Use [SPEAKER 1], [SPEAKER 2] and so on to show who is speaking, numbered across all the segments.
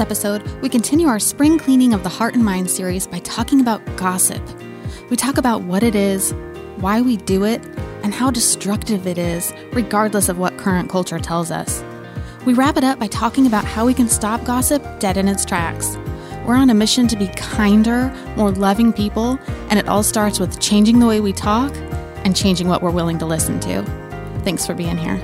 [SPEAKER 1] episode, we continue our spring cleaning of the Heart and Mind series by talking about gossip. We talk about what it is, why we do it, and how destructive it is, regardless of what current culture tells us. We wrap it up by talking about how we can stop gossip dead in its tracks. We're on a mission to be kinder, more loving people, and it all starts with changing the way we talk and changing what we're willing to listen to. Thanks for being here.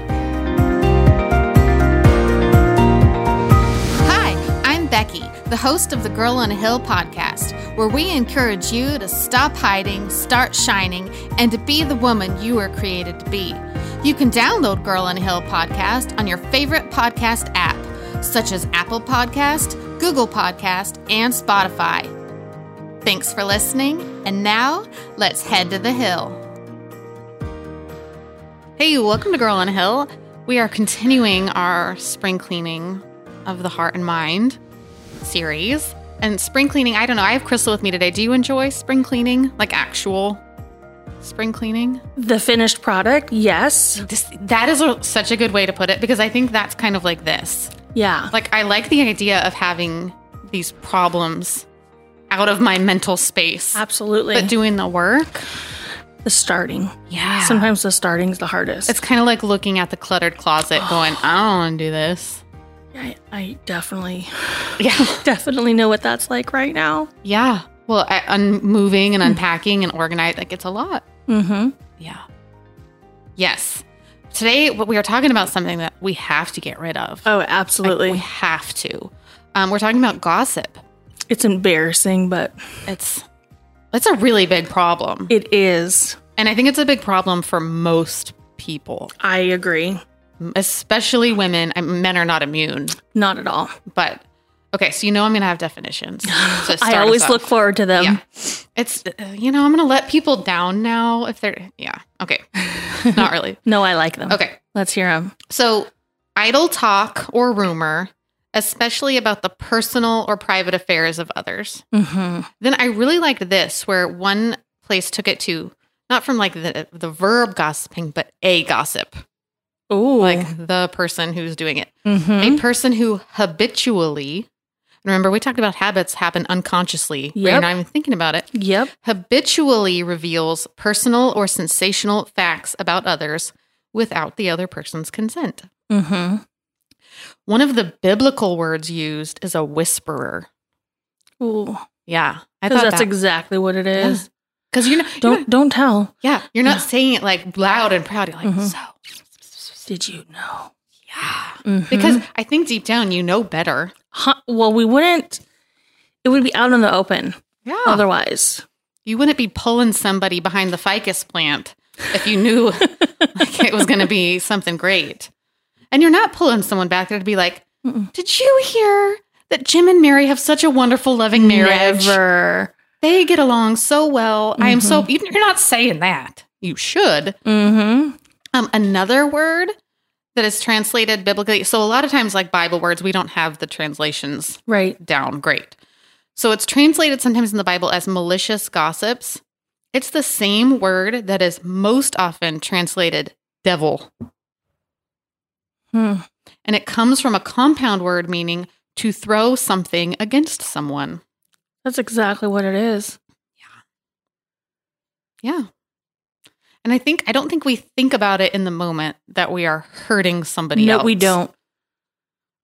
[SPEAKER 1] Hi, I'm Becky, the host of the Girl on a Hill podcast, where we encourage you to stop hiding, start shining, and to be the woman you were created to be. You can download Girl on a Hill podcast on your favorite podcast app, such as Apple Podcast, Google Podcast, and Spotify. Thanks for listening, and now let's head to the hill. Hey, welcome to Girl on a Hill. We are continuing our spring cleaning of the heart and mind series. And spring cleaning, I don't know. I have Crystal with me today. Do you enjoy spring cleaning? Like actual spring cleaning?
[SPEAKER 2] The finished product, yes.
[SPEAKER 1] This, that is a, such a good way to put it because I think that's kind of like this.
[SPEAKER 2] Yeah.
[SPEAKER 1] Like, I like the idea of having these problems out of my mental space,
[SPEAKER 2] Absolutely.
[SPEAKER 1] but doing the work.
[SPEAKER 2] the starting.
[SPEAKER 1] Yeah.
[SPEAKER 2] Sometimes the starting's the hardest.
[SPEAKER 1] It's kind of like looking at the cluttered closet going, I don't want to do this.
[SPEAKER 2] I, I definitely,
[SPEAKER 1] Yeah.
[SPEAKER 2] definitely know what that's like right now.
[SPEAKER 1] Yeah. Well, I, un- moving and unpacking and organizing, like it's a lot.
[SPEAKER 2] Hmm. Mm-hmm.
[SPEAKER 1] Yeah. Yes. Today, what we are talking about something that we have to get rid of.
[SPEAKER 2] Oh,
[SPEAKER 1] Like,
[SPEAKER 2] absolutely.
[SPEAKER 1] we have to. Um, we're talking about gossip.
[SPEAKER 2] it's embarrassing, but
[SPEAKER 1] It's it's a really big problem,
[SPEAKER 2] it is.
[SPEAKER 1] and I think it's a big problem for most people,
[SPEAKER 2] I agree.
[SPEAKER 1] especially women. I men are not immune,
[SPEAKER 2] Not at all.
[SPEAKER 1] but okay. So you know I'm going to have definitions. to start
[SPEAKER 2] I always
[SPEAKER 1] us off.
[SPEAKER 2] look forward to them.
[SPEAKER 1] Yeah. Um, It's uh, you know I'm going to let people down now if they're yeah okay, not really
[SPEAKER 2] No, I like them.
[SPEAKER 1] okay.
[SPEAKER 2] Let's hear them.
[SPEAKER 1] So, idle talk or rumor, especially about the personal or private affairs of others.
[SPEAKER 2] Mm-hmm.
[SPEAKER 1] Then I really liked this where one place took it to not from like the the verb gossiping, but a gossip,
[SPEAKER 2] Ooh.
[SPEAKER 1] like the person who's doing it.
[SPEAKER 2] Mhm.
[SPEAKER 1] A person who habitually Remember, we talked about habits happen unconsciously. we You're
[SPEAKER 2] Yep.
[SPEAKER 1] not even thinking about it.
[SPEAKER 2] Yep.
[SPEAKER 1] Habitually reveals personal or sensational facts about others without the other person's consent.
[SPEAKER 2] Mm-hmm.
[SPEAKER 1] One of the biblical words used is a whisperer.
[SPEAKER 2] Ooh.
[SPEAKER 1] Yeah, I
[SPEAKER 2] Because
[SPEAKER 1] thought
[SPEAKER 2] that's
[SPEAKER 1] that's
[SPEAKER 2] exactly what it is.
[SPEAKER 1] because you're not, you're
[SPEAKER 2] Don't
[SPEAKER 1] not-
[SPEAKER 2] don't tell.
[SPEAKER 1] yeah, you're not saying it like loud and proud. You're like
[SPEAKER 2] Mhm.
[SPEAKER 1] so
[SPEAKER 2] Did you know?
[SPEAKER 1] yeah,
[SPEAKER 2] Mhm.
[SPEAKER 1] because I think deep down you know better.
[SPEAKER 2] Huh, well, we wouldn't. It would be out in the open
[SPEAKER 1] Yeah,
[SPEAKER 2] otherwise.
[SPEAKER 1] you wouldn't be pulling somebody behind the ficus plant if you knew like it was going to be something great. And you're not pulling someone back there to be like,
[SPEAKER 2] Mm-mm.
[SPEAKER 1] "Did you hear that Jim and Mary have such a wonderful, loving marriage?
[SPEAKER 2] Never.
[SPEAKER 1] They get along so well. I am so." you- You're not saying that. You should.
[SPEAKER 2] Mm-hmm.
[SPEAKER 1] Um, another word that is translated biblically. So a lot of times, like Bible words, we don't have the translations
[SPEAKER 2] Right.
[SPEAKER 1] down great. So it's translated sometimes in the Bible as malicious gossips. It's the same word that is most often translated devil,
[SPEAKER 2] Hmm.
[SPEAKER 1] and it comes from a compound word meaning to throw something against someone.
[SPEAKER 2] That's exactly what it is.
[SPEAKER 1] Yeah. And I think I don't think we think about it in the moment that we are hurting somebody
[SPEAKER 2] no,
[SPEAKER 1] else.
[SPEAKER 2] we don't.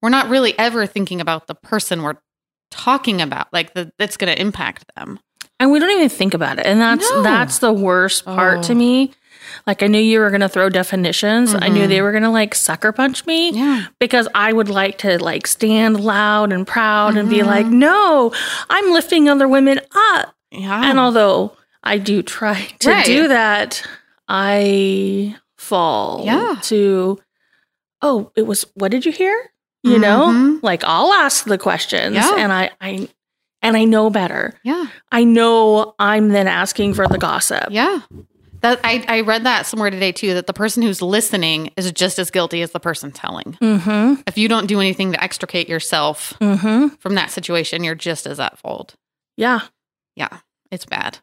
[SPEAKER 1] we're not really ever thinking about the person we're talking about like the, that's going to impact them
[SPEAKER 2] And we don't even think about it. And that's
[SPEAKER 1] No.
[SPEAKER 2] that's the worst part
[SPEAKER 1] Oh.
[SPEAKER 2] to me. Like I knew you were gonna throw definitions. I knew
[SPEAKER 1] Mhm.
[SPEAKER 2] they were gonna like sucker punch me
[SPEAKER 1] yeah
[SPEAKER 2] because I would like to like stand loud and proud and be
[SPEAKER 1] Mhm.
[SPEAKER 2] like, no, I'm lifting other women up.
[SPEAKER 1] yeah
[SPEAKER 2] And although I do try to
[SPEAKER 1] Oh. Right.
[SPEAKER 2] do that, I fall
[SPEAKER 1] Yeah.
[SPEAKER 2] to, oh, it was, what did you hear? You know,
[SPEAKER 1] Mhm.
[SPEAKER 2] like I'll ask the questions
[SPEAKER 1] Yeah.
[SPEAKER 2] and I, I, and I know better.
[SPEAKER 1] yeah
[SPEAKER 2] I know I'm then asking for the gossip.
[SPEAKER 1] yeah that I, I read that somewhere today too that the person who's listening is just as guilty as the person telling
[SPEAKER 2] Mm
[SPEAKER 1] if you don't do anything to extricate yourself
[SPEAKER 2] hmm. Mm hmm.
[SPEAKER 1] from that situation you're just as at fault
[SPEAKER 2] Yeah.
[SPEAKER 1] yeah it's bad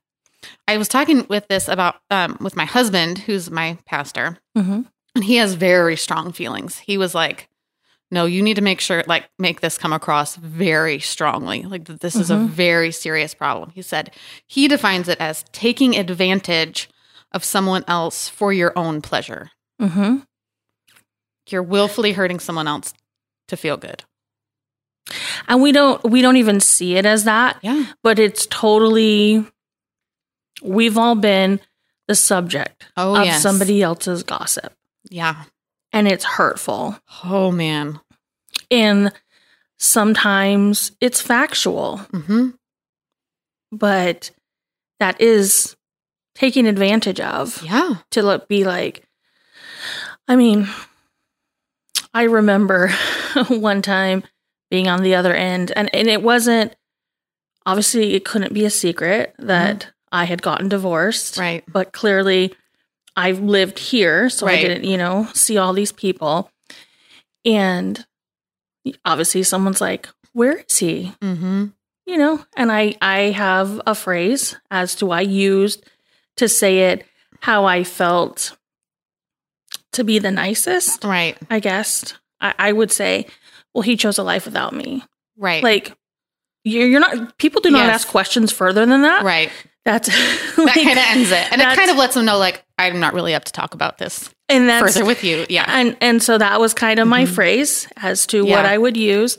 [SPEAKER 1] i was talking with this about um, with my husband who's my pastor
[SPEAKER 2] Mm hmm.
[SPEAKER 1] And he has very strong feelings. He was like, no, you need to make sure, like, make this come across very strongly. Like, that this is a
[SPEAKER 2] Mhm.
[SPEAKER 1] very serious problem. He said he defines it as taking advantage of someone else for your own pleasure.
[SPEAKER 2] Mm-hmm.
[SPEAKER 1] You're willfully hurting someone else to feel good.
[SPEAKER 2] And we don't we don't even see it as that,
[SPEAKER 1] Yeah.
[SPEAKER 2] but it's totally we've all been the subject
[SPEAKER 1] Oh,
[SPEAKER 2] of
[SPEAKER 1] yeah.
[SPEAKER 2] somebody else's gossip.
[SPEAKER 1] Yeah.
[SPEAKER 2] And it's hurtful.
[SPEAKER 1] Oh, man.
[SPEAKER 2] And sometimes it's factual,
[SPEAKER 1] Mm-hmm.
[SPEAKER 2] but that is taken advantage of
[SPEAKER 1] Yeah.
[SPEAKER 2] to look, be like I mean, I remember one time being on the other end and, and it wasn't obviously it couldn't be a secret that I had gotten divorced.
[SPEAKER 1] Right.
[SPEAKER 2] But clearly I lived here, so
[SPEAKER 1] Right.
[SPEAKER 2] I didn't, you know, see all these people. And obviously someone's like, Where is he?
[SPEAKER 1] Mm-hmm.
[SPEAKER 2] you know and i i have a phrase as to i used to say it how i felt to be the nicest
[SPEAKER 1] Right.
[SPEAKER 2] i guess i, I would say well he chose a life without me
[SPEAKER 1] Right.
[SPEAKER 2] like you're, you're not people do not
[SPEAKER 1] Yes.
[SPEAKER 2] ask questions further than that
[SPEAKER 1] right.
[SPEAKER 2] that's
[SPEAKER 1] That kind of ends it. And it
[SPEAKER 2] that's-
[SPEAKER 1] kind of lets them know, like, I'm not really up to talk about this
[SPEAKER 2] and that's
[SPEAKER 1] further with you. Yeah.
[SPEAKER 2] and and so that was kind of my
[SPEAKER 1] Mhm.
[SPEAKER 2] phrase as to what
[SPEAKER 1] Yeah.
[SPEAKER 2] I would use,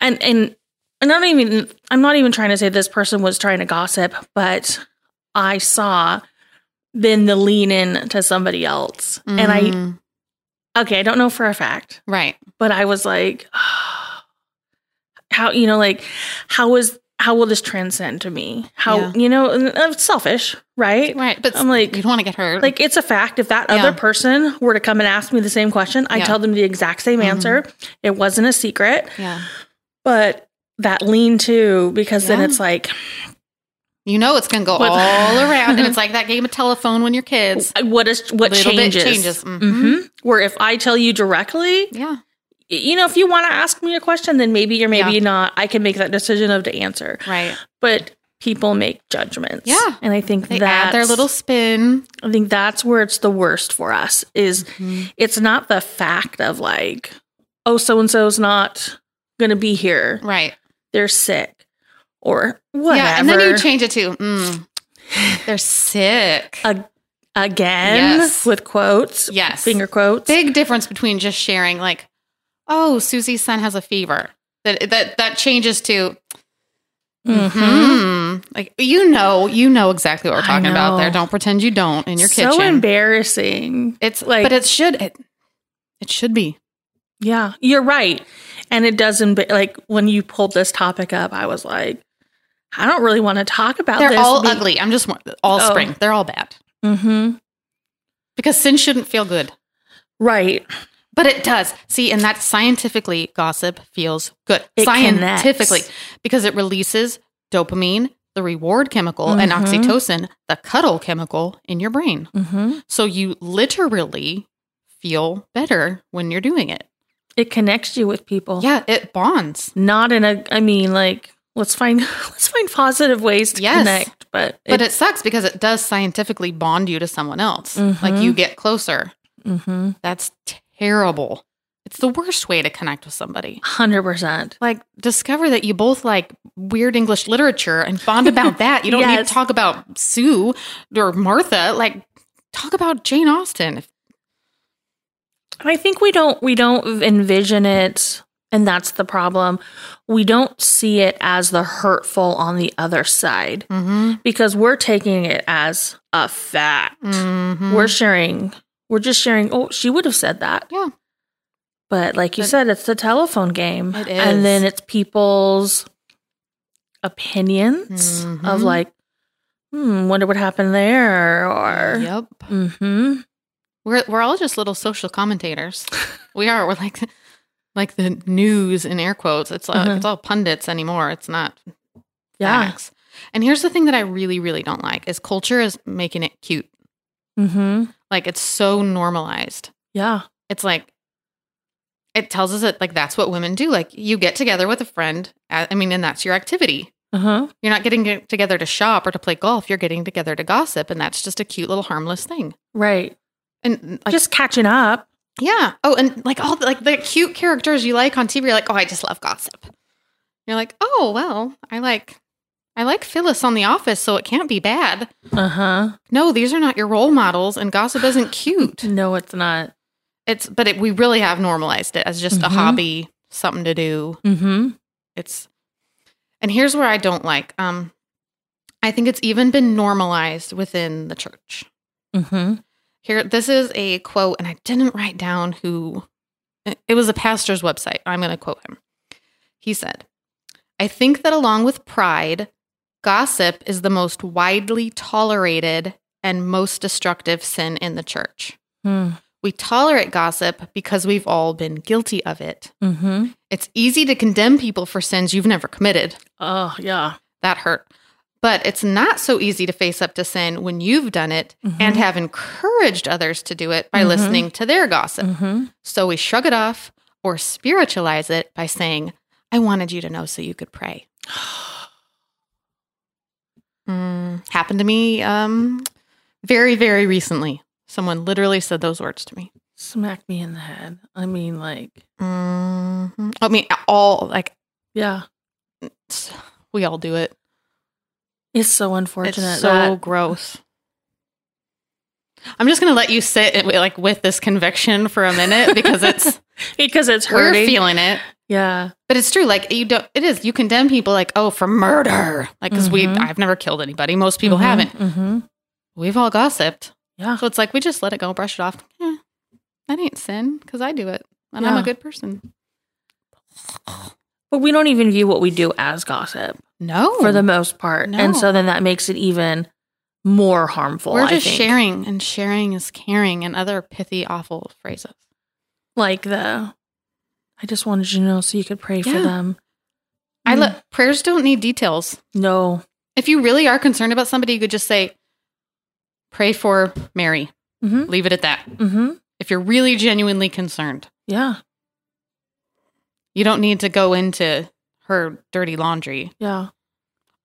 [SPEAKER 2] and and and not even I'm not even trying to say this person was trying to gossip, but I saw then the lean in to somebody else, and
[SPEAKER 1] Mhm.
[SPEAKER 2] I okay I don't know for a fact,
[SPEAKER 1] right.
[SPEAKER 2] but I was like, how you know like how is how will this transcend to me? How
[SPEAKER 1] Yeah.
[SPEAKER 2] you know and I'm selfish, right?
[SPEAKER 1] Right. But
[SPEAKER 2] I'm like-
[SPEAKER 1] you don't want to get hurt.
[SPEAKER 2] Like it's a fact. If that
[SPEAKER 1] Yeah.
[SPEAKER 2] other person were to come and ask me the same question, I
[SPEAKER 1] Yeah.
[SPEAKER 2] tell them the exact same
[SPEAKER 1] Mhm.
[SPEAKER 2] answer. It wasn't a secret,
[SPEAKER 1] yeah.
[SPEAKER 2] but that lean to because
[SPEAKER 1] Yeah.
[SPEAKER 2] then it's like,
[SPEAKER 1] You know it's going to go
[SPEAKER 2] What-
[SPEAKER 1] all around. And it's like that game of telephone when you're kids.
[SPEAKER 2] what is what
[SPEAKER 1] Little bit
[SPEAKER 2] changes?
[SPEAKER 1] changes. Mhm.
[SPEAKER 2] Mhm. Where if I tell you directly,
[SPEAKER 1] Yeah.
[SPEAKER 2] y- you know, if you want to ask me a question, then maybe or maybe
[SPEAKER 1] Yeah.
[SPEAKER 2] not. I can make that decision of to answer,
[SPEAKER 1] Right.
[SPEAKER 2] but people make judgments.
[SPEAKER 1] Yeah.
[SPEAKER 2] and I think
[SPEAKER 1] They
[SPEAKER 2] that's
[SPEAKER 1] add their little spin.
[SPEAKER 2] I think that's where it's the worst for us is
[SPEAKER 1] Mm-hmm.
[SPEAKER 2] it's not the fact of like, oh, so and so's not going to be here.
[SPEAKER 1] Right.
[SPEAKER 2] They're sick or whatever.
[SPEAKER 1] Yeah. And then you change it to, mm, they're sick.
[SPEAKER 2] Uh, again
[SPEAKER 1] Yes.
[SPEAKER 2] with quotes,
[SPEAKER 1] yes.
[SPEAKER 2] finger quotes.
[SPEAKER 1] Big difference between just sharing, like, oh, Susie's son has a fever. That, that that changes to
[SPEAKER 2] Mhm.
[SPEAKER 1] hmm. like you know you know exactly what we're
[SPEAKER 2] I
[SPEAKER 1] talking about there
[SPEAKER 2] know.
[SPEAKER 1] don't pretend you don't in your
[SPEAKER 2] so
[SPEAKER 1] kitchen
[SPEAKER 2] embarrassing.
[SPEAKER 1] it's like
[SPEAKER 2] like-
[SPEAKER 1] but it should it, it should be
[SPEAKER 2] Yeah, you're right. And it doesn't be, like when you pulled this topic up, I was like, I don't really want to talk about
[SPEAKER 1] They're
[SPEAKER 2] this.
[SPEAKER 1] all ugly. I'm just wa- all
[SPEAKER 2] Oh.
[SPEAKER 1] spring. They're all bad
[SPEAKER 2] hmm
[SPEAKER 1] because sin shouldn't feel good,
[SPEAKER 2] Right.
[SPEAKER 1] but it does. See, and that's scientifically gossip feels good.
[SPEAKER 2] It connects.
[SPEAKER 1] scientifically, because it releases dopamine, the reward chemical, and
[SPEAKER 2] Mhm.
[SPEAKER 1] oxytocin, the cuddle chemical in your brain.
[SPEAKER 2] hmm
[SPEAKER 1] So you literally feel better when you're doing it.
[SPEAKER 2] It connects you with people.
[SPEAKER 1] Yeah, it bonds.
[SPEAKER 2] not in a i mean like let's find let's find positive ways to
[SPEAKER 1] Yes.
[SPEAKER 2] connect but
[SPEAKER 1] But it sucks because it does scientifically bond you to someone else. Like
[SPEAKER 2] Mhm.
[SPEAKER 1] you get closer.
[SPEAKER 2] Mhm.
[SPEAKER 1] That's terrible. It's the worst way to connect with somebody.
[SPEAKER 2] 100%
[SPEAKER 1] Like, discover that you both like weird English literature and bond about that. You don't need
[SPEAKER 2] Yes.
[SPEAKER 1] to talk about Sue or Martha. Like, talk about Jane Austen.
[SPEAKER 2] i think we don't we don't envision it and that's the problem we don't see it as the hurtful on the other side
[SPEAKER 1] Mm-hmm.
[SPEAKER 2] because we're taking it as a fact
[SPEAKER 1] mm-hmm.
[SPEAKER 2] we're sharing we're just sharing oh she would have said that
[SPEAKER 1] Yeah.
[SPEAKER 2] but like you
[SPEAKER 1] But-
[SPEAKER 2] said it's the telephone game
[SPEAKER 1] It is.
[SPEAKER 2] and then it's people's opinions of
[SPEAKER 1] Mhm.
[SPEAKER 2] like hmm wonder what happened there or
[SPEAKER 1] Yep.
[SPEAKER 2] hmm
[SPEAKER 1] We're, we're all just little social commentators. we are. We're like, like the news in air quotes. It's like,
[SPEAKER 2] Mhm.
[SPEAKER 1] it's all pundits anymore. It's not
[SPEAKER 2] yeah
[SPEAKER 1] facts. And here's the thing that I really, really don't like is culture is making it cute.
[SPEAKER 2] hmm
[SPEAKER 1] Like it's so normalized.
[SPEAKER 2] yeah
[SPEAKER 1] It's like it tells us that like that's what women do. Like you get together with a friend. uh, I mean, and that's your activity.
[SPEAKER 2] uh-huh
[SPEAKER 1] You're not getting get- together to shop or to play golf. You're getting together to gossip, and that's just a cute little harmless thing.
[SPEAKER 2] right
[SPEAKER 1] And like,
[SPEAKER 2] just catching up
[SPEAKER 1] Yeah. Oh, and like all the, like the cute characters you like on TV, you're like, oh, I just love gossip. You're like, oh well, I like, I like Phyllis on The Office, so it can't be bad.
[SPEAKER 2] Uh huh.
[SPEAKER 1] No, these are not your role models, and gossip isn't cute.
[SPEAKER 2] No, it's not.
[SPEAKER 1] It's but it, we really have normalized it as just
[SPEAKER 2] Mhm.
[SPEAKER 1] a hobby, something to do.
[SPEAKER 2] Mm hmm.
[SPEAKER 1] It's and here's where I don't like. Um, I think it's even been normalized within the church.
[SPEAKER 2] Mm hmm.
[SPEAKER 1] Here, this is a quote, and I didn't write down who it was a pastor's website. I'm going to quote him. He said, I think that along with pride, gossip is the most widely tolerated and most destructive sin in the church.
[SPEAKER 2] Mm
[SPEAKER 1] We tolerate gossip because we've all been guilty of it.
[SPEAKER 2] hmm.
[SPEAKER 1] It's easy to condemn people for sins you've never committed.
[SPEAKER 2] Oh, yeah.
[SPEAKER 1] That hurt. But it's not so easy to face up to sin when you've done it
[SPEAKER 2] Mm-hmm.
[SPEAKER 1] and have encouraged others to do it by
[SPEAKER 2] Mhm.
[SPEAKER 1] listening to their gossip.
[SPEAKER 2] Mm hmm.
[SPEAKER 1] So we shrug it off or spiritualize it by saying, I wanted you to know so you could pray. Mm, happened to me um, very, very recently. Someone literally said those words to me.
[SPEAKER 2] Smack me in the head. I mean, like,
[SPEAKER 1] Mhm. I mean, all like
[SPEAKER 2] yeah.
[SPEAKER 1] s- we all do it.
[SPEAKER 2] It's so
[SPEAKER 1] It's
[SPEAKER 2] unfortunate.
[SPEAKER 1] so
[SPEAKER 2] that-
[SPEAKER 1] gross. I'm just gonna let you sit it- like with this conviction for a minute because it's
[SPEAKER 2] because it's
[SPEAKER 1] we're
[SPEAKER 2] hurting.
[SPEAKER 1] feeling it.
[SPEAKER 2] yeah.
[SPEAKER 1] But it's true. Like you don't. It is. You condemn people like oh for murder. Like because we.
[SPEAKER 2] Mhm.
[SPEAKER 1] I've never killed anybody. Most people haven't.
[SPEAKER 2] Mm-hmm.
[SPEAKER 1] We've all gossiped.
[SPEAKER 2] Yeah.
[SPEAKER 1] So it's like we just let it go, brush it off. Eh, that ain't sin because I do it and I'm
[SPEAKER 2] Yeah.
[SPEAKER 1] a good person.
[SPEAKER 2] But we don't even view what we do as gossip
[SPEAKER 1] No,
[SPEAKER 2] for the most part. And so then that makes it even more harmful.
[SPEAKER 1] we're
[SPEAKER 2] I
[SPEAKER 1] just
[SPEAKER 2] think.
[SPEAKER 1] sharing, and sharing is caring, and other pithy, awful phrases.
[SPEAKER 2] Like the, I just wanted you to know so you could pray for
[SPEAKER 1] Yeah.
[SPEAKER 2] them.
[SPEAKER 1] I
[SPEAKER 2] Mm.
[SPEAKER 1] look. Prayers don't need details.
[SPEAKER 2] No.
[SPEAKER 1] If you really are concerned about somebody, you could just say, pray for Mary.
[SPEAKER 2] Mm-hmm.
[SPEAKER 1] Leave it at that.
[SPEAKER 2] Mm-hmm.
[SPEAKER 1] If you're really genuinely concerned,
[SPEAKER 2] Yeah.
[SPEAKER 1] you don't need to go into her dirty laundry.
[SPEAKER 2] Yeah.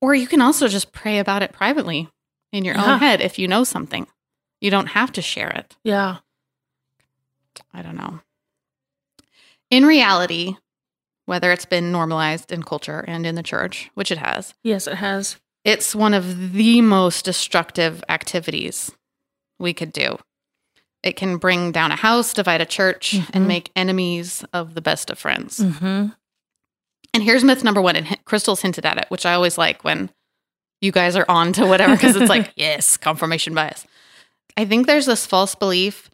[SPEAKER 1] Or you can also just pray about it privately in your
[SPEAKER 2] Yeah.
[SPEAKER 1] own head if you know something. You don't have to share it.
[SPEAKER 2] Yeah.
[SPEAKER 1] I don't know. In reality, whether it's been normalized in culture and in the church, which it has,
[SPEAKER 2] Yes, it has.
[SPEAKER 1] It's one of the most destructive activities we could do. It can bring down a house, divide a church,
[SPEAKER 2] Mhm.
[SPEAKER 1] and make enemies of the best of friends.
[SPEAKER 2] Mm-hmm.
[SPEAKER 1] And here's myth number one, and hi- Crystal's hinted at it, which I always like when you guys are on to whatever, because it's like, yes, confirmation bias. I think there's this false belief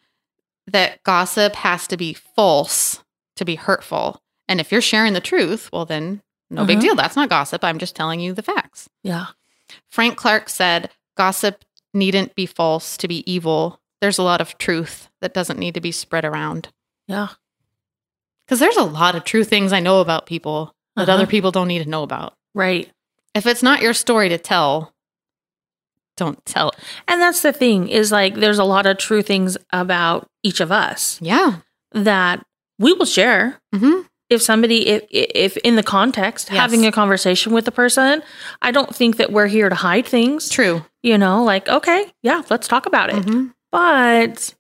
[SPEAKER 1] that gossip has to be false to be hurtful. And if you're sharing the truth, well, then no big
[SPEAKER 2] Mhm.
[SPEAKER 1] deal. That's not gossip. I'm just telling you the facts.
[SPEAKER 2] Yeah.
[SPEAKER 1] Frank Clark said, Gossip needn't be false to be evil. There's a lot of truth that doesn't need to be spread around.
[SPEAKER 2] Yeah.
[SPEAKER 1] Because there's a lot of true things I know about people that
[SPEAKER 2] Uh-huh.
[SPEAKER 1] other people don't need to know about.
[SPEAKER 2] Right.
[SPEAKER 1] If it's not your story to tell, don't tell it.
[SPEAKER 2] And that's the thing is like there's a lot of true things about each of us
[SPEAKER 1] Yeah.
[SPEAKER 2] that we will share.
[SPEAKER 1] hmm
[SPEAKER 2] if somebody if if in the context
[SPEAKER 1] Yes.
[SPEAKER 2] having a conversation with the person i don't think that we're here to hide things
[SPEAKER 1] True.
[SPEAKER 2] you know like okay yeah let's talk about it
[SPEAKER 1] Mhm.
[SPEAKER 2] but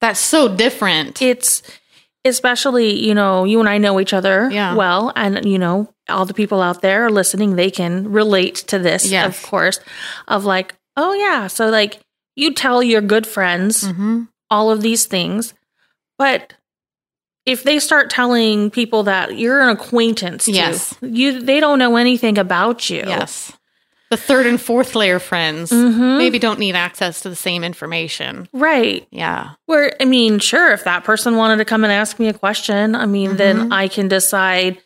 [SPEAKER 1] That's so different.
[SPEAKER 2] it's especially you know you and i know each other
[SPEAKER 1] Yeah.
[SPEAKER 2] well and you know all the people out there listening they can relate to this
[SPEAKER 1] Yes.
[SPEAKER 2] of course of like oh yeah so like you tell your good friends
[SPEAKER 1] hmm
[SPEAKER 2] all of these things. But if they start telling people that you're an acquaintance, to,
[SPEAKER 1] Yes.
[SPEAKER 2] you they don't know anything about you.
[SPEAKER 1] Yes. The third and fourth layer friends
[SPEAKER 2] Mhm.
[SPEAKER 1] maybe don't need access to the same information.
[SPEAKER 2] right.
[SPEAKER 1] Yeah.
[SPEAKER 2] Where I mean, sure, if that person wanted to come and ask me a question, I mean, then
[SPEAKER 1] Mm-hmm.
[SPEAKER 2] I can decide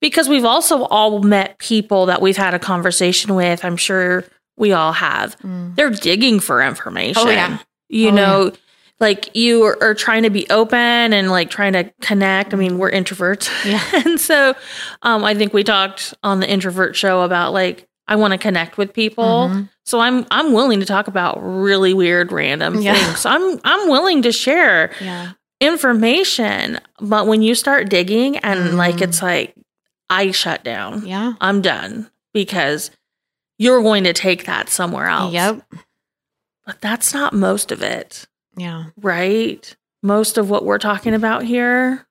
[SPEAKER 2] because we've also all met people that we've had a conversation with. I'm sure we all have. They're digging for information.
[SPEAKER 1] Mm. Oh, yeah.
[SPEAKER 2] You
[SPEAKER 1] Oh,
[SPEAKER 2] know, like you are, are trying to be open and like trying to connect. I mean, we're introverts.
[SPEAKER 1] Yeah.
[SPEAKER 2] and so um, I think we talked on the introvert show about like, I want to connect with people.
[SPEAKER 1] Mhm.
[SPEAKER 2] So I'm I'm willing to talk about really weird random
[SPEAKER 1] Yeah.
[SPEAKER 2] things. I'm I'm willing to share
[SPEAKER 1] Yeah.
[SPEAKER 2] information, but when you start digging and like
[SPEAKER 1] Mhm.
[SPEAKER 2] it's like I shut down.
[SPEAKER 1] Yeah.
[SPEAKER 2] I'm done because you're going to take that somewhere else.
[SPEAKER 1] Yep.
[SPEAKER 2] But that's not most of it,
[SPEAKER 1] Yeah.
[SPEAKER 2] right? most of what we're talking about here,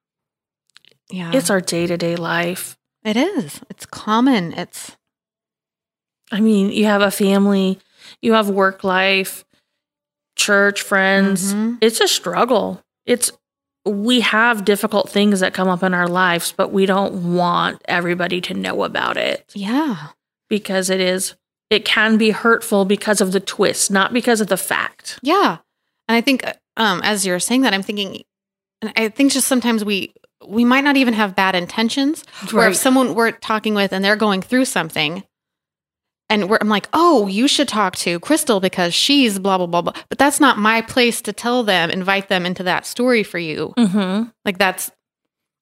[SPEAKER 1] Yeah.
[SPEAKER 2] it's our day to day life.
[SPEAKER 1] it is. It's common. It's
[SPEAKER 2] I mean, you have a family, you have work life, church, friends.
[SPEAKER 1] Mhm.
[SPEAKER 2] It's a struggle. It's we have difficult things that come up in our lives, but we don't want everybody to know about it
[SPEAKER 1] Yeah.
[SPEAKER 2] because it is it can be hurtful because of the twist, not because of the fact.
[SPEAKER 1] Yeah. And I think um as you're saying that I'm thinking and I think just sometimes we we might not even have bad intentions. Or if someone we're talking with and they're going through something and we're, I'm like, oh, you should talk to Crystal because she's blah, blah, blah, blah. But that's not my place to tell them, invite them into that story for you.
[SPEAKER 2] Mhm.
[SPEAKER 1] Like, that's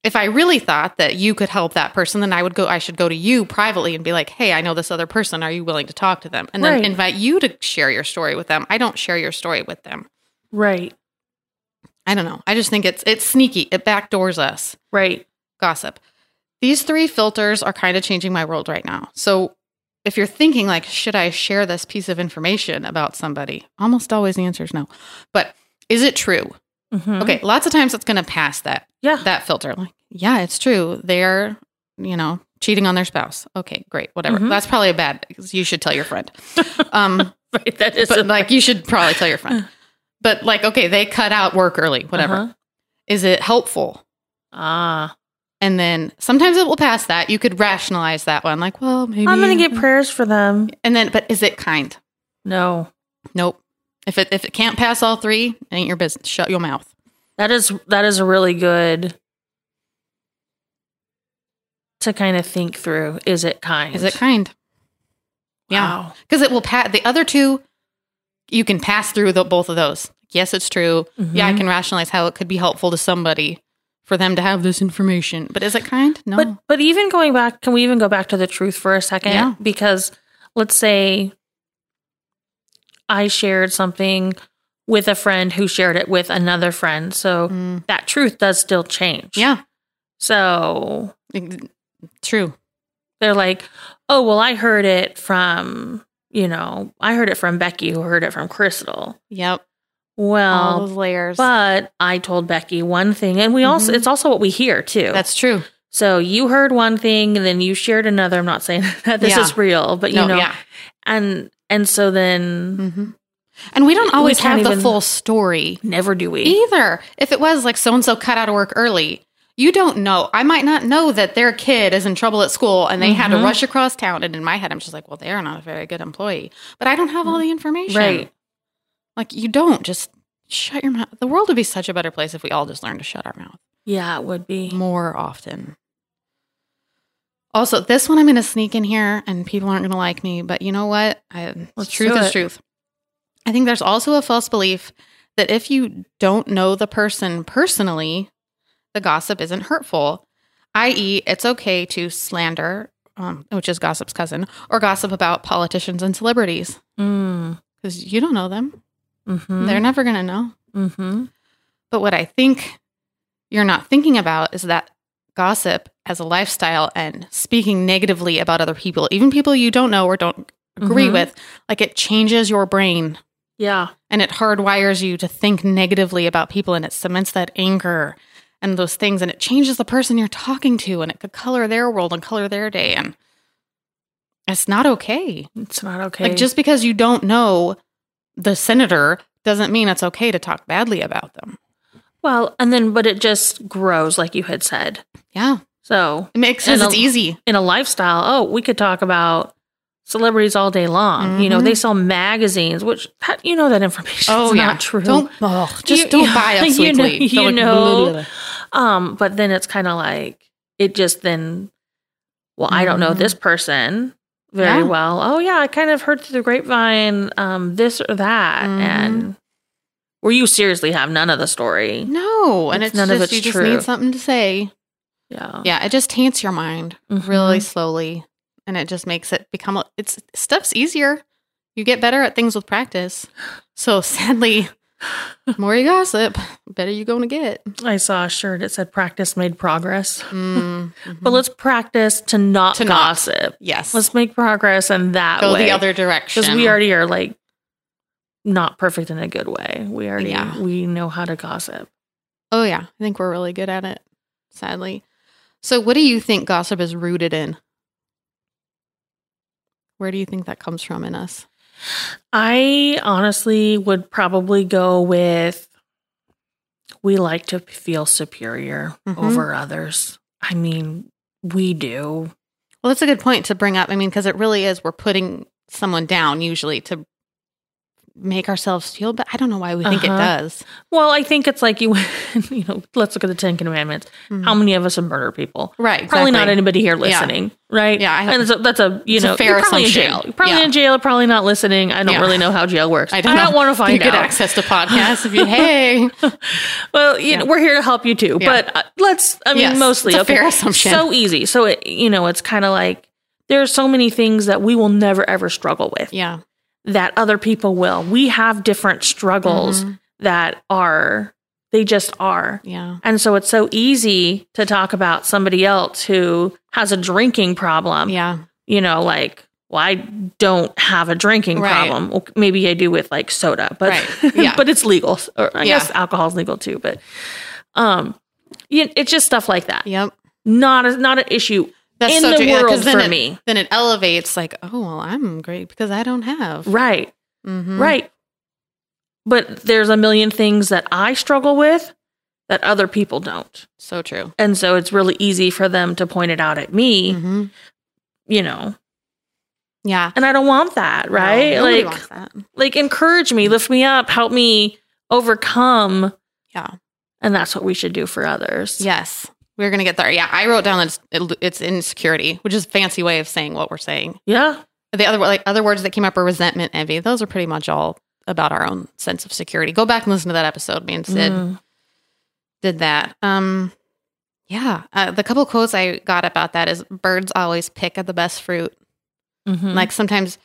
[SPEAKER 1] if I really thought that you could help that person, then I would go, I should go to you privately and be like, hey, I know this other person. Are you willing to talk to them? And then
[SPEAKER 2] Right.
[SPEAKER 1] invite you to share your story with them. I don't share your story with them.
[SPEAKER 2] Right.
[SPEAKER 1] I don't know. I just think it's it's sneaky. It backdoors us.
[SPEAKER 2] Right.
[SPEAKER 1] gossip. These three filters are kind of changing my world right now. So if you're thinking like, should I share this piece of information about somebody? Almost always the answer is no. But is it true?
[SPEAKER 2] Mhm.
[SPEAKER 1] Okay, lots of times it's going to pass that
[SPEAKER 2] Yeah.
[SPEAKER 1] that filter. Like, yeah, it's true. They're, you know, cheating on their spouse. Okay, great, whatever.
[SPEAKER 2] Mhm.
[SPEAKER 1] That's probably a bad. You should tell your friend. Um,
[SPEAKER 2] right. That is a-
[SPEAKER 1] but like you should probably tell your friend. But like, okay, they cut out work early. Whatever.
[SPEAKER 2] Uh-huh.
[SPEAKER 1] Is it helpful?
[SPEAKER 2] Ah.
[SPEAKER 1] And then sometimes it will pass that. You could rationalize that one, like, well, maybe
[SPEAKER 2] I'm going to get prayers for them.
[SPEAKER 1] And then, but is it kind?
[SPEAKER 2] No.
[SPEAKER 1] Nope. If it if it can't pass all three, it ain't your business. Shut your mouth.
[SPEAKER 2] That is that is a really good to kind of think through. Is it kind?
[SPEAKER 1] Is it kind? Yeah,
[SPEAKER 2] Wow.
[SPEAKER 1] because it will pass. The other two, you can pass through the, both of those. Yes, it's true. Yeah, I
[SPEAKER 2] Mhm.
[SPEAKER 1] can rationalize how it could be helpful to somebody for them to have this information. But is it kind? No.
[SPEAKER 2] But but even going back, can we even go back to the truth for a second?
[SPEAKER 1] Yeah.
[SPEAKER 2] Because let's say I shared something with a friend who shared it with another friend. So
[SPEAKER 1] Mm,
[SPEAKER 2] that truth does still change.
[SPEAKER 1] yeah,
[SPEAKER 2] So
[SPEAKER 1] Ex- true.
[SPEAKER 2] they're like, oh, well, I heard it from, you know, I heard it from Becky who heard it from Crystal.
[SPEAKER 1] Yep. all
[SPEAKER 2] Well,
[SPEAKER 1] those layers.
[SPEAKER 2] but I told Becky one thing. And we also,
[SPEAKER 1] Mhm.
[SPEAKER 2] it's also what we hear too.
[SPEAKER 1] That's true.
[SPEAKER 2] so you heard one thing and then you shared another. I'm not saying that this
[SPEAKER 1] Yeah.
[SPEAKER 2] is real, but you
[SPEAKER 1] no.
[SPEAKER 2] know,
[SPEAKER 1] yeah.
[SPEAKER 2] and, and so then
[SPEAKER 1] hmm And we don't always
[SPEAKER 2] can't
[SPEAKER 1] have the
[SPEAKER 2] even-
[SPEAKER 1] full story
[SPEAKER 2] never do we.
[SPEAKER 1] either. If it was like so and so cut out of work early, you don't know. I might not know that their kid is in trouble at school and they had to
[SPEAKER 2] Mhm.
[SPEAKER 1] rush across town. And in my head, I'm just like, well, they're not a very good employee. But I don't have all the information.
[SPEAKER 2] Right.
[SPEAKER 1] Like, you don't just shut your mouth. The world would be such a better place if we all just learned to shut our mouth
[SPEAKER 2] Yeah, it would be.
[SPEAKER 1] more often. Also, this one I'm going to sneak in here, and people aren't going to like me, but you know what? I,
[SPEAKER 2] Let's
[SPEAKER 1] truth
[SPEAKER 2] do
[SPEAKER 1] is
[SPEAKER 2] it.
[SPEAKER 1] truth. I think there's also a false belief that if you don't know the person personally, the gossip isn't hurtful, i.e., it's okay to slander, um, which is gossip's cousin, or gossip about politicians and celebrities
[SPEAKER 2] Mm.
[SPEAKER 1] because you don't know them.
[SPEAKER 2] hmm
[SPEAKER 1] They're never going to know.
[SPEAKER 2] hmm
[SPEAKER 1] But what I think you're not thinking about is that gossip as a lifestyle and speaking negatively about other people, even people you don't know or don't agree
[SPEAKER 2] Mhm.
[SPEAKER 1] with, like it changes your brain
[SPEAKER 2] Yeah.
[SPEAKER 1] and it hardwires you to think negatively about people and it cements that anger and those things and it changes the person you're talking to and it could color their world and color their day and it's not okay.
[SPEAKER 2] It's not okay.
[SPEAKER 1] Like just because you don't know the senator doesn't mean it's okay to talk badly about them.
[SPEAKER 2] well, and then, but it just grows, like you had said.
[SPEAKER 1] Yeah.
[SPEAKER 2] So
[SPEAKER 1] It makes sense.
[SPEAKER 2] And
[SPEAKER 1] It's
[SPEAKER 2] a-
[SPEAKER 1] easy.
[SPEAKER 2] in a lifestyle, oh, we could talk about celebrities all day long. You know,
[SPEAKER 1] Mhm.
[SPEAKER 2] they sell magazines, which that, you know that information is not true.
[SPEAKER 1] Oh, Don't oh, just
[SPEAKER 2] You-
[SPEAKER 1] don't
[SPEAKER 2] you-
[SPEAKER 1] buy us
[SPEAKER 2] you know-
[SPEAKER 1] weekly.
[SPEAKER 2] you know. Um, but then it's kind of like it just then. Well, I don't know
[SPEAKER 1] Mhm.
[SPEAKER 2] this person very
[SPEAKER 1] Yeah.
[SPEAKER 2] well. Oh yeah, I kind of heard through the grapevine um, this or that,
[SPEAKER 1] Mhm.
[SPEAKER 2] and where you seriously have none of the story.
[SPEAKER 1] No, and
[SPEAKER 2] It's
[SPEAKER 1] it's,
[SPEAKER 2] none of
[SPEAKER 1] just,
[SPEAKER 2] it's
[SPEAKER 1] you just
[SPEAKER 2] true.
[SPEAKER 1] need something to say.
[SPEAKER 2] Yeah,
[SPEAKER 1] Yeah, it just taints your mind
[SPEAKER 2] Mhm.
[SPEAKER 1] really slowly, and it just makes it become. a- It's stuff's easier. You get better at things with practice. So sadly, the more you gossip, the better you're going to get.
[SPEAKER 2] I saw a shirt. It said "Practice made progress,"
[SPEAKER 1] Mm,
[SPEAKER 2] but let's practice to not
[SPEAKER 1] To not.
[SPEAKER 2] gossip.
[SPEAKER 1] yes,
[SPEAKER 2] Let's make progress in that
[SPEAKER 1] go
[SPEAKER 2] way.
[SPEAKER 1] the other direction
[SPEAKER 2] because we already are like not perfect in a good way. We already
[SPEAKER 1] Yeah.
[SPEAKER 2] we know how to gossip.
[SPEAKER 1] Oh, yeah. I think we're really good at it, sadly. So, what do you think gossip is rooted in? Where do you think that comes from in us?
[SPEAKER 2] I honestly would probably go with we like to feel superior
[SPEAKER 1] Mhm.
[SPEAKER 2] over others. I mean, we do.
[SPEAKER 1] Well, that's a good point to bring up. I mean, because it really is, we're putting someone down usually to make ourselves feel bad. I don't know why we think it
[SPEAKER 2] Uh-huh.
[SPEAKER 1] does.
[SPEAKER 2] Well, I think it's like you, you know, let's look at the Ten Commandments.
[SPEAKER 1] Mhm.
[SPEAKER 2] How many of us have murdered people?
[SPEAKER 1] Right.
[SPEAKER 2] Probably not
[SPEAKER 1] exactly.
[SPEAKER 2] anybody here listening, right?
[SPEAKER 1] Yeah, I-
[SPEAKER 2] and that's a, that's a you
[SPEAKER 1] It's a
[SPEAKER 2] know
[SPEAKER 1] fair
[SPEAKER 2] you're probably in
[SPEAKER 1] assumption.
[SPEAKER 2] jail. You're probably
[SPEAKER 1] Yeah.
[SPEAKER 2] in jail. Probably not listening. I don't
[SPEAKER 1] Yeah.
[SPEAKER 2] really know how jail works.
[SPEAKER 1] I don't, know.
[SPEAKER 2] want to find
[SPEAKER 1] you get
[SPEAKER 2] out.
[SPEAKER 1] access to podcasts if you, hey.
[SPEAKER 2] Well, you know,
[SPEAKER 1] Yeah.
[SPEAKER 2] we're here to help you too.
[SPEAKER 1] Yeah.
[SPEAKER 2] But uh, let's, I mean,
[SPEAKER 1] Yes,
[SPEAKER 2] mostly
[SPEAKER 1] it's a
[SPEAKER 2] okay,
[SPEAKER 1] fair assumption.
[SPEAKER 2] So easy. So it, you know, it's kind of like there are so many things that we will never ever struggle with
[SPEAKER 1] Yeah.
[SPEAKER 2] that other people will. We have different struggles
[SPEAKER 1] Mhm.
[SPEAKER 2] that are they just are.
[SPEAKER 1] Yeah.
[SPEAKER 2] And so it's so easy to talk about somebody else who has a drinking problem.
[SPEAKER 1] Yeah.
[SPEAKER 2] You know, like, well, I don't have a drinking
[SPEAKER 1] Right.
[SPEAKER 2] problem. Well, maybe I do with like soda, but
[SPEAKER 1] Right. Yeah.
[SPEAKER 2] but it's legal. Or I
[SPEAKER 1] Yeah.
[SPEAKER 2] guess alcohol's legal too, but um you it's just stuff like that.
[SPEAKER 1] Yep.
[SPEAKER 2] Not a, not an issue
[SPEAKER 1] That's
[SPEAKER 2] in
[SPEAKER 1] so
[SPEAKER 2] the
[SPEAKER 1] true. Yeah, 'cause
[SPEAKER 2] world
[SPEAKER 1] then
[SPEAKER 2] for
[SPEAKER 1] it,
[SPEAKER 2] me.
[SPEAKER 1] Then it elevates like, oh, well, I'm great because I don't have.
[SPEAKER 2] Right.
[SPEAKER 1] Mhm.
[SPEAKER 2] Right. But there's a million things that I struggle with that other people don't.
[SPEAKER 1] So true.
[SPEAKER 2] And so it's really easy for them to point it out at me,
[SPEAKER 1] hmm
[SPEAKER 2] you know.
[SPEAKER 1] Yeah.
[SPEAKER 2] And I don't want that,
[SPEAKER 1] No,
[SPEAKER 2] right?
[SPEAKER 1] nobody
[SPEAKER 2] like
[SPEAKER 1] wants that.
[SPEAKER 2] like encourage me, lift me up, help me overcome.
[SPEAKER 1] Yeah.
[SPEAKER 2] And that's what we should do for others.
[SPEAKER 1] Yes. We're going to get there. Yeah. I wrote down that it's, it's insecurity, which is a fancy way of saying what we're saying.
[SPEAKER 2] Yeah.
[SPEAKER 1] The other like other words that came up are resentment, envy. Those are pretty much all about our own sense of security. Go back and listen to that episode. Me and Sid
[SPEAKER 2] Mm.
[SPEAKER 1] did that. Um, yeah. Uh, the couple quotes I got about that is birds always pick at the best fruit.
[SPEAKER 2] Mhm.
[SPEAKER 1] Like sometimes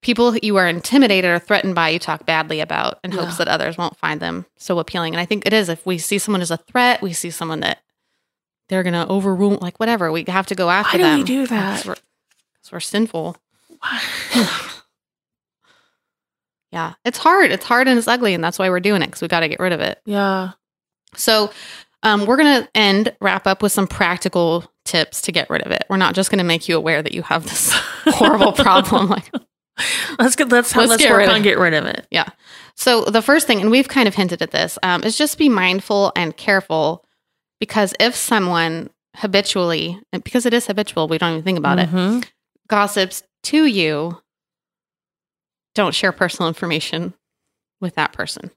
[SPEAKER 1] people you are intimidated or threatened by, you talk badly about in hopes
[SPEAKER 2] Yeah.
[SPEAKER 1] that others won't find them so appealing. And I think it is if we see someone as a threat, we see someone that they're going to overrule, like whatever. We have to go after
[SPEAKER 2] do we
[SPEAKER 1] them.
[SPEAKER 2] do that?
[SPEAKER 1] Because we're, 'cause we're sinful. yeah. It's hard. It's hard and it's ugly. And that's why we're doing it because we got to get rid of it.
[SPEAKER 2] yeah.
[SPEAKER 1] So, um, we're going to end, wrap up with some practical tips to get rid of it. We're not just going to make you aware that you have this horrible problem. Like,
[SPEAKER 2] Let's get let's
[SPEAKER 1] Let's
[SPEAKER 2] let's,
[SPEAKER 1] get rid
[SPEAKER 2] work
[SPEAKER 1] of
[SPEAKER 2] on
[SPEAKER 1] it.
[SPEAKER 2] get rid of it.
[SPEAKER 1] so the first thing, and we've kind of hinted at this, um, is just be mindful and careful because if someone habitually, and because it is habitual, we don't even think about it,
[SPEAKER 2] Mhm.
[SPEAKER 1] gossips to you, don't share personal information with that person.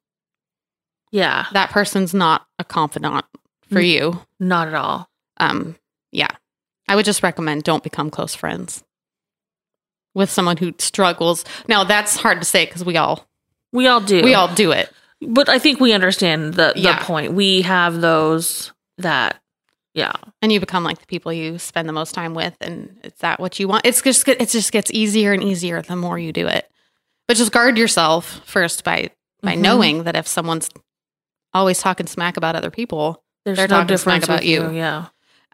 [SPEAKER 2] Yeah.
[SPEAKER 1] That person's not a confidant for
[SPEAKER 2] Mm.
[SPEAKER 1] you.
[SPEAKER 2] Not at all.
[SPEAKER 1] um yeah i would just recommend don't become close friends with someone who struggles now that's hard to say because we all
[SPEAKER 2] We all do.
[SPEAKER 1] we all do it
[SPEAKER 2] But I think we understand the
[SPEAKER 1] Yeah.
[SPEAKER 2] the point. We have those that yeah.
[SPEAKER 1] and you become like the people you spend the most time with and is that what you want it's just it just gets easier and easier the more you do it but just guard yourself first by by
[SPEAKER 2] Mhm.
[SPEAKER 1] knowing that if someone's always talking smack about other people
[SPEAKER 2] There's
[SPEAKER 1] they're
[SPEAKER 2] no
[SPEAKER 1] talking smack
[SPEAKER 2] difference
[SPEAKER 1] about
[SPEAKER 2] with
[SPEAKER 1] you.
[SPEAKER 2] Yeah.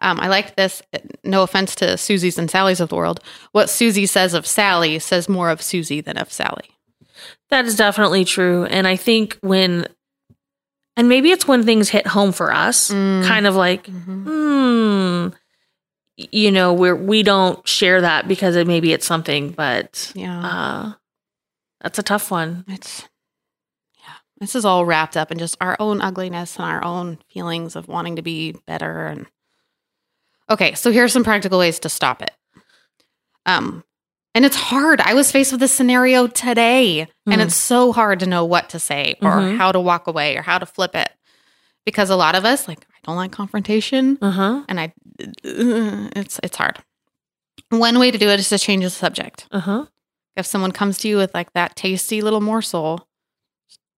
[SPEAKER 1] Um, I like this. No offense to Susie's and Sally's of the world. What Susie says of Sally says more of Susie than of Sally.
[SPEAKER 2] That is definitely true. And I think when and maybe it's when things hit home for us,
[SPEAKER 1] Mm.
[SPEAKER 2] kind of like, hmm, you know, we're we don't share that because it maybe it's something, but
[SPEAKER 1] Yeah,
[SPEAKER 2] uh that's a tough one.
[SPEAKER 1] it's yeah. This is all wrapped up in just our own ugliness and our own feelings of wanting to be better. And okay, so here's some practical ways to stop it. Um, and it's hard. I was faced with this scenario today, and
[SPEAKER 2] Mm.
[SPEAKER 1] it's so hard to know what to say or
[SPEAKER 2] Mhm.
[SPEAKER 1] how to walk away or how to flip it because a lot of us like I don't like confrontation.
[SPEAKER 2] Uh-huh.
[SPEAKER 1] and I it's it's hard. One way to do it is to change the subject.
[SPEAKER 2] Uh-huh.
[SPEAKER 1] If someone comes to you with like that tasty little morsel,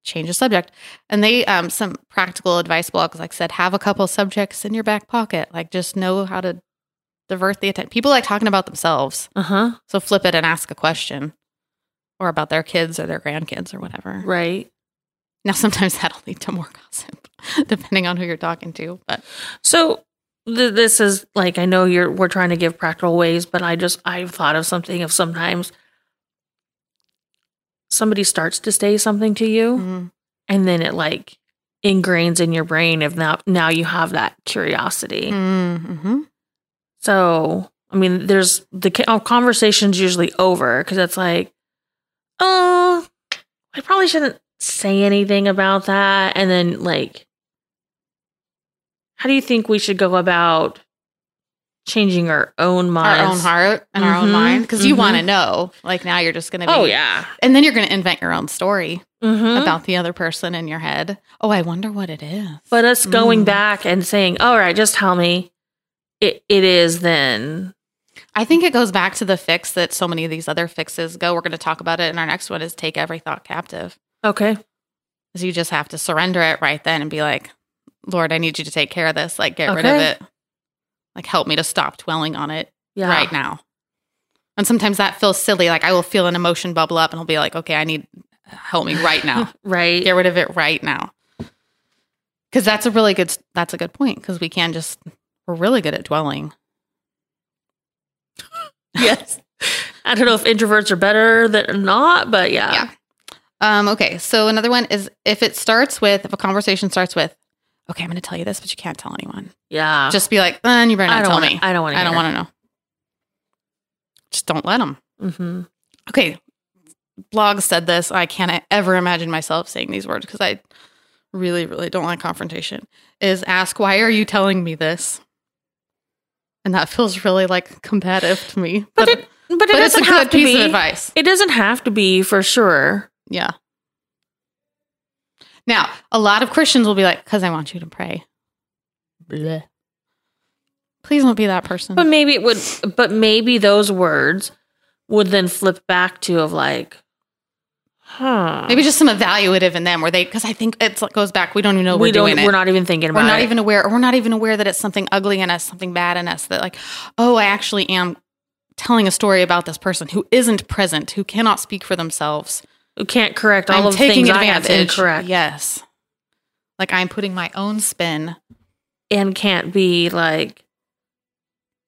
[SPEAKER 1] change the subject. And they um some practical advice blogs like said have a couple subjects in your back pocket. Like just know how to divert the attention. People like talking about themselves,
[SPEAKER 2] Uh-huh.
[SPEAKER 1] so flip it and ask a question or about their kids or their grandkids or whatever.
[SPEAKER 2] Right.
[SPEAKER 1] Now sometimes that'll lead to more gossip depending on who you're talking to, but
[SPEAKER 2] So th- this is like I know you're we're trying to give practical ways, but I just I've thought of something of sometimes somebody starts to say something to you
[SPEAKER 1] mm,
[SPEAKER 2] and then it like ingrains in your brain if now now you have that curiosity.
[SPEAKER 1] Mm-hmm.
[SPEAKER 2] So, I mean, there's the ca- oh, conversation's usually over because it's like, oh, I probably shouldn't say anything about that. And then, like, how do you think we should go about changing our own minds?
[SPEAKER 1] Our own heart and our own
[SPEAKER 2] Mhm,
[SPEAKER 1] mind. Because you
[SPEAKER 2] mhm.
[SPEAKER 1] want to know. Like now you're just going to be.
[SPEAKER 2] Oh, yeah.
[SPEAKER 1] And then you're going to invent your own story
[SPEAKER 2] Mhm.
[SPEAKER 1] about the other person in your head. Mm-hmm. Oh, I wonder what it is.
[SPEAKER 2] But us going
[SPEAKER 1] Mm.
[SPEAKER 2] back and saying, all right, just tell me it, it is then.
[SPEAKER 1] I think it goes back to the fix that so many of these other fixes go. We're going to talk about it in our next one is take every thought captive.
[SPEAKER 2] Okay.
[SPEAKER 1] Is you just have to surrender it right then and be like, Lord, I need you to take care of this. Like, get rid of
[SPEAKER 2] Okay.
[SPEAKER 1] it. Like, help me to stop dwelling on it
[SPEAKER 2] Yeah.
[SPEAKER 1] right now. And sometimes that feels silly. Like, I will feel an emotion bubble up and I'll be like, okay, I need help me right now.
[SPEAKER 2] Right.
[SPEAKER 1] get rid of it right now. Because that's a really good, that's a good point. Because we can just, we're really good at dwelling.
[SPEAKER 2] Yes. I don't know if introverts are better than not, but yeah.
[SPEAKER 1] Yeah. Um, okay, so another one is if it starts with if a conversation starts with, okay, I'm going to tell you this, but you can't tell anyone.
[SPEAKER 2] Yeah.
[SPEAKER 1] Just be like, then you better
[SPEAKER 2] Ah. I
[SPEAKER 1] not
[SPEAKER 2] don't
[SPEAKER 1] tell
[SPEAKER 2] want
[SPEAKER 1] me.
[SPEAKER 2] to. I don't want to.
[SPEAKER 1] I don't want to know. Just don't let them.
[SPEAKER 2] Mm-hmm.
[SPEAKER 1] Okay, blog said this. I can't ever imagine myself saying these words because I really, really don't like confrontation. Is ask why are you telling me this? And that feels really like combative to me.
[SPEAKER 2] But it, but it
[SPEAKER 1] but it's a
[SPEAKER 2] doesn't have
[SPEAKER 1] good
[SPEAKER 2] to
[SPEAKER 1] piece
[SPEAKER 2] be.
[SPEAKER 1] of advice.
[SPEAKER 2] It doesn't have to be for sure.
[SPEAKER 1] Yeah. Now, a lot of Christians will be like, because I want you to pray. Please don't be that person.
[SPEAKER 2] But maybe it would. But maybe those words would then flip back to of like, huh?
[SPEAKER 1] Maybe just some evaluative in them where they, because I think it's- it goes back. We don't even know
[SPEAKER 2] we
[SPEAKER 1] we're
[SPEAKER 2] don't.
[SPEAKER 1] doing it.
[SPEAKER 2] We're not even thinking about.
[SPEAKER 1] We're not
[SPEAKER 2] it.
[SPEAKER 1] even aware, or we're not even aware that it's something ugly in us, something bad in us that, like, oh, I actually am telling a story about this person who isn't present, who cannot speak for themselves.
[SPEAKER 2] We can't correct all
[SPEAKER 1] I'm
[SPEAKER 2] of the
[SPEAKER 1] taking
[SPEAKER 2] things I have
[SPEAKER 1] advantage.
[SPEAKER 2] incorrect
[SPEAKER 1] Yes. Like, I'm putting my own spin.
[SPEAKER 2] and can't be like.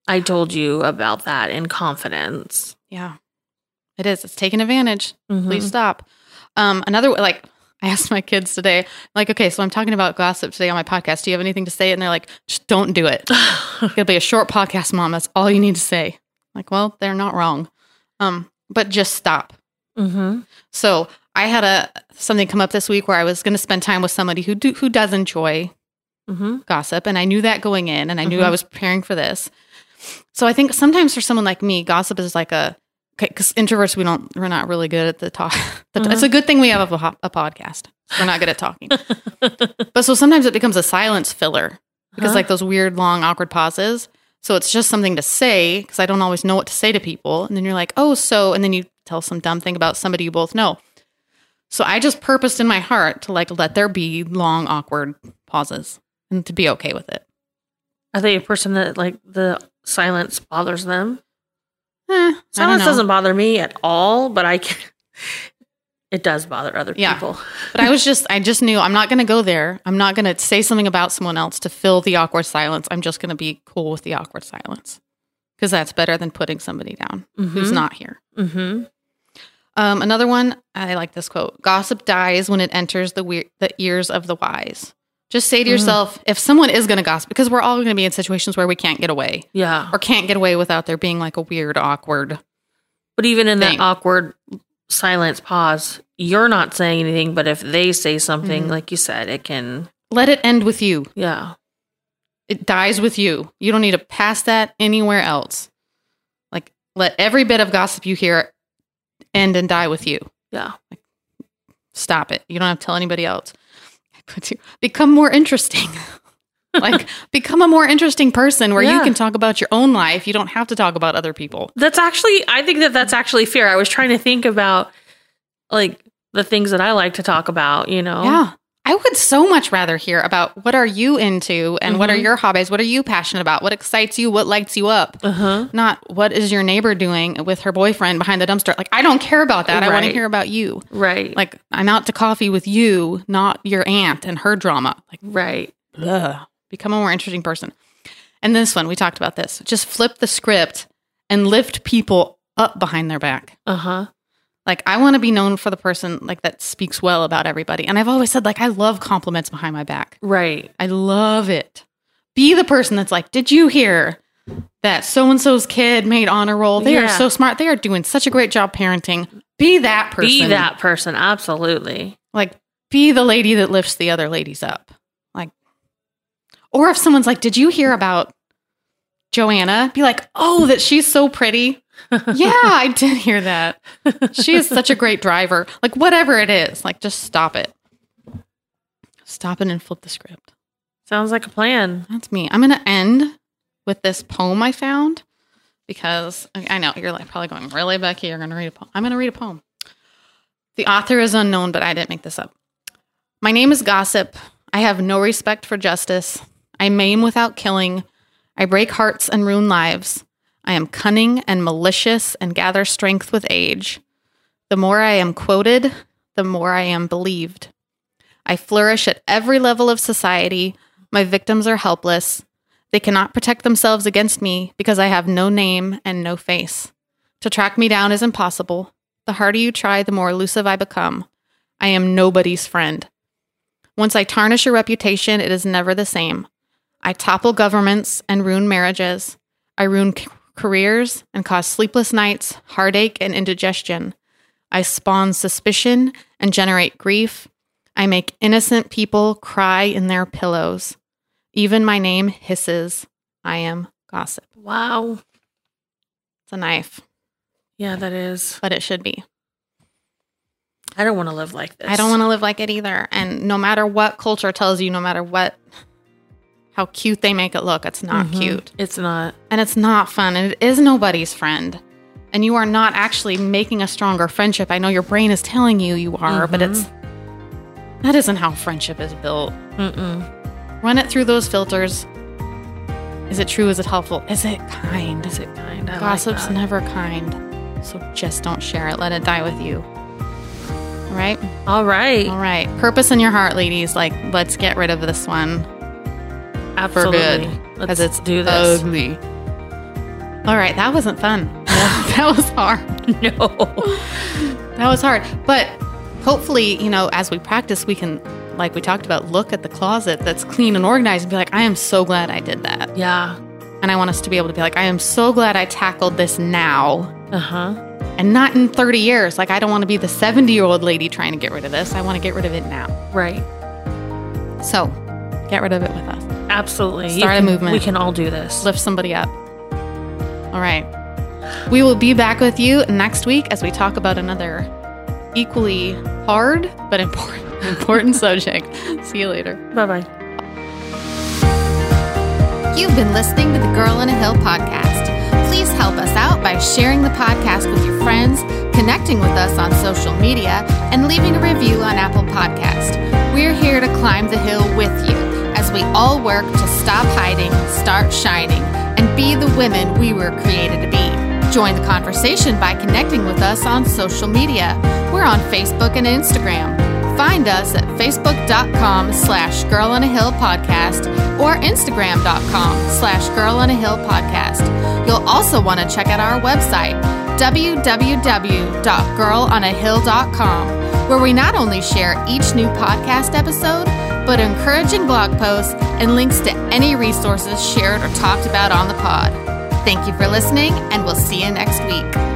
[SPEAKER 2] I told you about that in confidence.
[SPEAKER 1] Yeah. It is. It's taking advantage.
[SPEAKER 2] Mhm.
[SPEAKER 1] please stop. Um, another like I asked my kids today, like, okay, so I'm talking about gossip today on my podcast. Do you have anything to say? And they're like, just don't do it.
[SPEAKER 2] Mm-hmm.
[SPEAKER 1] It'll be a short podcast, mom. That's all you need to say. Like, well, they're not wrong. Um, but just stop.
[SPEAKER 2] Mhm.
[SPEAKER 1] So I had a something come up this week where I was going to spend time with somebody who do, who does enjoy
[SPEAKER 2] Mhm.
[SPEAKER 1] gossip, and I knew that going in, and I knew
[SPEAKER 2] Mhm.
[SPEAKER 1] I was preparing for this. So I think sometimes for someone like me, gossip is like a because introverts we don't we're not really good at the talk. The, It's a good thing we have a, ho- a podcast. We're not good at talking, but so sometimes it becomes a silence filler because
[SPEAKER 2] Huh?
[SPEAKER 1] like those weird long awkward pauses. So it's just something to say because I don't always know what to say to people, and then you're like, oh, so, and then you tell some dumb thing about somebody you both know. So I just purposed in my heart to like let there be long awkward pauses and to be okay with it.
[SPEAKER 2] Are they a person that like the silence bothers them?
[SPEAKER 1] Eh, I don't
[SPEAKER 2] Silence
[SPEAKER 1] know.
[SPEAKER 2] doesn't bother me at all, but I can. It does bother other
[SPEAKER 1] Yeah.
[SPEAKER 2] people.
[SPEAKER 1] But I was just, I just knew I'm not going to go there. I'm not going to say something about someone else to fill the awkward silence. I'm just going to be cool with the awkward silence because that's better than putting somebody down who's
[SPEAKER 2] Hmm?
[SPEAKER 1] not here.
[SPEAKER 2] Mm-hmm.
[SPEAKER 1] Um, another one, I like this quote: "Gossip dies when it enters the weir- the ears of the wise." Just say to
[SPEAKER 2] Mm.
[SPEAKER 1] yourself, if someone is going to gossip, because we're all going to be in situations where we can't get away
[SPEAKER 2] Yeah.
[SPEAKER 1] or can't get away without there being like a weird, awkward.
[SPEAKER 2] But even in
[SPEAKER 1] Thing.
[SPEAKER 2] that awkward silence pause, you're not saying anything. But if they say something,
[SPEAKER 1] Mhm.
[SPEAKER 2] like you said, it can.
[SPEAKER 1] Let it end with you.
[SPEAKER 2] Yeah.
[SPEAKER 1] It dies with you. You don't need to pass that anywhere else. Like, let every bit of gossip you hear end and die with you.
[SPEAKER 2] Yeah.
[SPEAKER 1] Stop it. You don't have to tell anybody else. I put you become more interesting. like become a more interesting person where you
[SPEAKER 2] Yeah.
[SPEAKER 1] can talk about your own life. You don't have to talk about other people.
[SPEAKER 2] That's actually. I think that that's actually fair. I was trying to think about like the things that I like to talk about. You know.
[SPEAKER 1] Yeah. I would so much rather hear about what are you into and what are your hobbies? What are you passionate about? What excites you? What lights you up?
[SPEAKER 2] Uh huh.
[SPEAKER 1] Not what is your neighbor doing with her boyfriend behind the dumpster? Like I don't care about that. I want to
[SPEAKER 2] Right.
[SPEAKER 1] hear about you.
[SPEAKER 2] Right.
[SPEAKER 1] Like I'm out to coffee with you, not your aunt and her drama. Like
[SPEAKER 2] right.
[SPEAKER 1] Ugh. Become a more interesting person. And this one, we talked about this. Just flip the script and lift people up behind their back.
[SPEAKER 2] Uh huh.
[SPEAKER 1] Like I want to be known for the person like that speaks well about everybody. And I've always said like I love compliments behind my back.
[SPEAKER 2] Right.
[SPEAKER 1] I love it. Be the person that's like, "Did you hear that so and so's kid made honor roll? They are
[SPEAKER 2] Yeah.
[SPEAKER 1] so smart. They are doing such a great job parenting." Be that person.
[SPEAKER 2] Be that person. Absolutely.
[SPEAKER 1] Like be the lady that lifts the other ladies up. Like or if someone's like, "Did you hear about Joanna?" Be like, "Oh, that she's so pretty." yeah, I did hear that. She is such a great driver. Like whatever it is, like just stop it. Stop it and flip the script.
[SPEAKER 2] Sounds like a plan.
[SPEAKER 1] That's me. I'm gonna end with this poem I found because I I know you're like probably going really Becky. You're gonna read a poem. I'm gonna read a poem. The author is unknown, but I didn't make this up. My name is Gossip. I have no respect for justice. I maim without killing. I break hearts and ruin lives. I am cunning and malicious and gather strength with age. The more I am quoted, the more I am believed. I flourish at every level of society. My victims are helpless. They cannot protect themselves against me because I have no name and no face. To track me down is impossible. The harder you try, the more elusive I become. I am nobody's friend. Once I tarnish your reputation, it is never the same. I topple governments and ruin marriages. I ruin c- careers and cause sleepless nights, heartache, and indigestion. I spawn suspicion and generate grief. I make innocent people cry in their pillows. Even my name hisses. I am gossip.
[SPEAKER 2] Wow.
[SPEAKER 1] It's a knife,
[SPEAKER 2] Yeah, that is.
[SPEAKER 1] but it should be.
[SPEAKER 2] I don't want to live like this.
[SPEAKER 1] I don't want to live like it either. And no matter what culture tells you, no matter what, how cute they make it look, it's not cute.
[SPEAKER 2] Mm-hmm. It's not.
[SPEAKER 1] and it's not fun and it is nobody's friend and you are not actually making a stronger friendship i know your brain is telling you you are but
[SPEAKER 2] Mm-hmm.
[SPEAKER 1] it's that isn't how friendship is built
[SPEAKER 2] Mm-mm.
[SPEAKER 1] run it through those filters is it true is it helpful is it kind
[SPEAKER 2] Is it kind? I
[SPEAKER 1] gossip's
[SPEAKER 2] Like that.
[SPEAKER 1] never kind so just don't share it let it die with you all right
[SPEAKER 2] All right.
[SPEAKER 1] all right purpose in your heart ladies like let's get rid of this one for
[SPEAKER 2] Absolutely.
[SPEAKER 1] good
[SPEAKER 2] Let's
[SPEAKER 1] because it's
[SPEAKER 2] do this.
[SPEAKER 1] ugly all right that wasn't fun that was hard
[SPEAKER 2] no.
[SPEAKER 1] That was hard. But hopefully, you know, as we practice, we can, like we talked about, look at the closet that's clean and organized and be like, I am so glad I did that.
[SPEAKER 2] Yeah.
[SPEAKER 1] And I want us to be able to be like, I am so glad I tackled this now
[SPEAKER 2] Uh huh.
[SPEAKER 1] and not in 30 years. Like, I don't want to be the 70 year old lady trying to get rid of this. I want to get rid of it now.
[SPEAKER 2] Right.
[SPEAKER 1] So get rid of it with us.
[SPEAKER 2] Absolutely. You
[SPEAKER 1] Start a
[SPEAKER 2] can-
[SPEAKER 1] movement.
[SPEAKER 2] We can all do this.
[SPEAKER 1] Lift somebody up. All right. We will be back with you next week as we talk about another equally hard but important important subject. See you later.
[SPEAKER 2] Bye bye.
[SPEAKER 1] You've been listening to the Girl in a Hill podcast. Please help us out by sharing the podcast with your friends, connecting with us on social media, and leaving a review on Apple Podcast. We're here to climb the hill with you as we all work to stop hiding, start shining, and be the women we were created to be. Join the conversation by connecting with us on social media. We're on Facebook and Instagram. Find us at facebook.com slash girl on a hill podcast or instagram.com slash girl on a hill podcast. You'll also want to check out our website, www.girlonahill.com, where we not only share each new podcast episode, but encouraging blog posts and links to any resources shared or talked about on the pod. Thank you for listening, and we'll see you next week.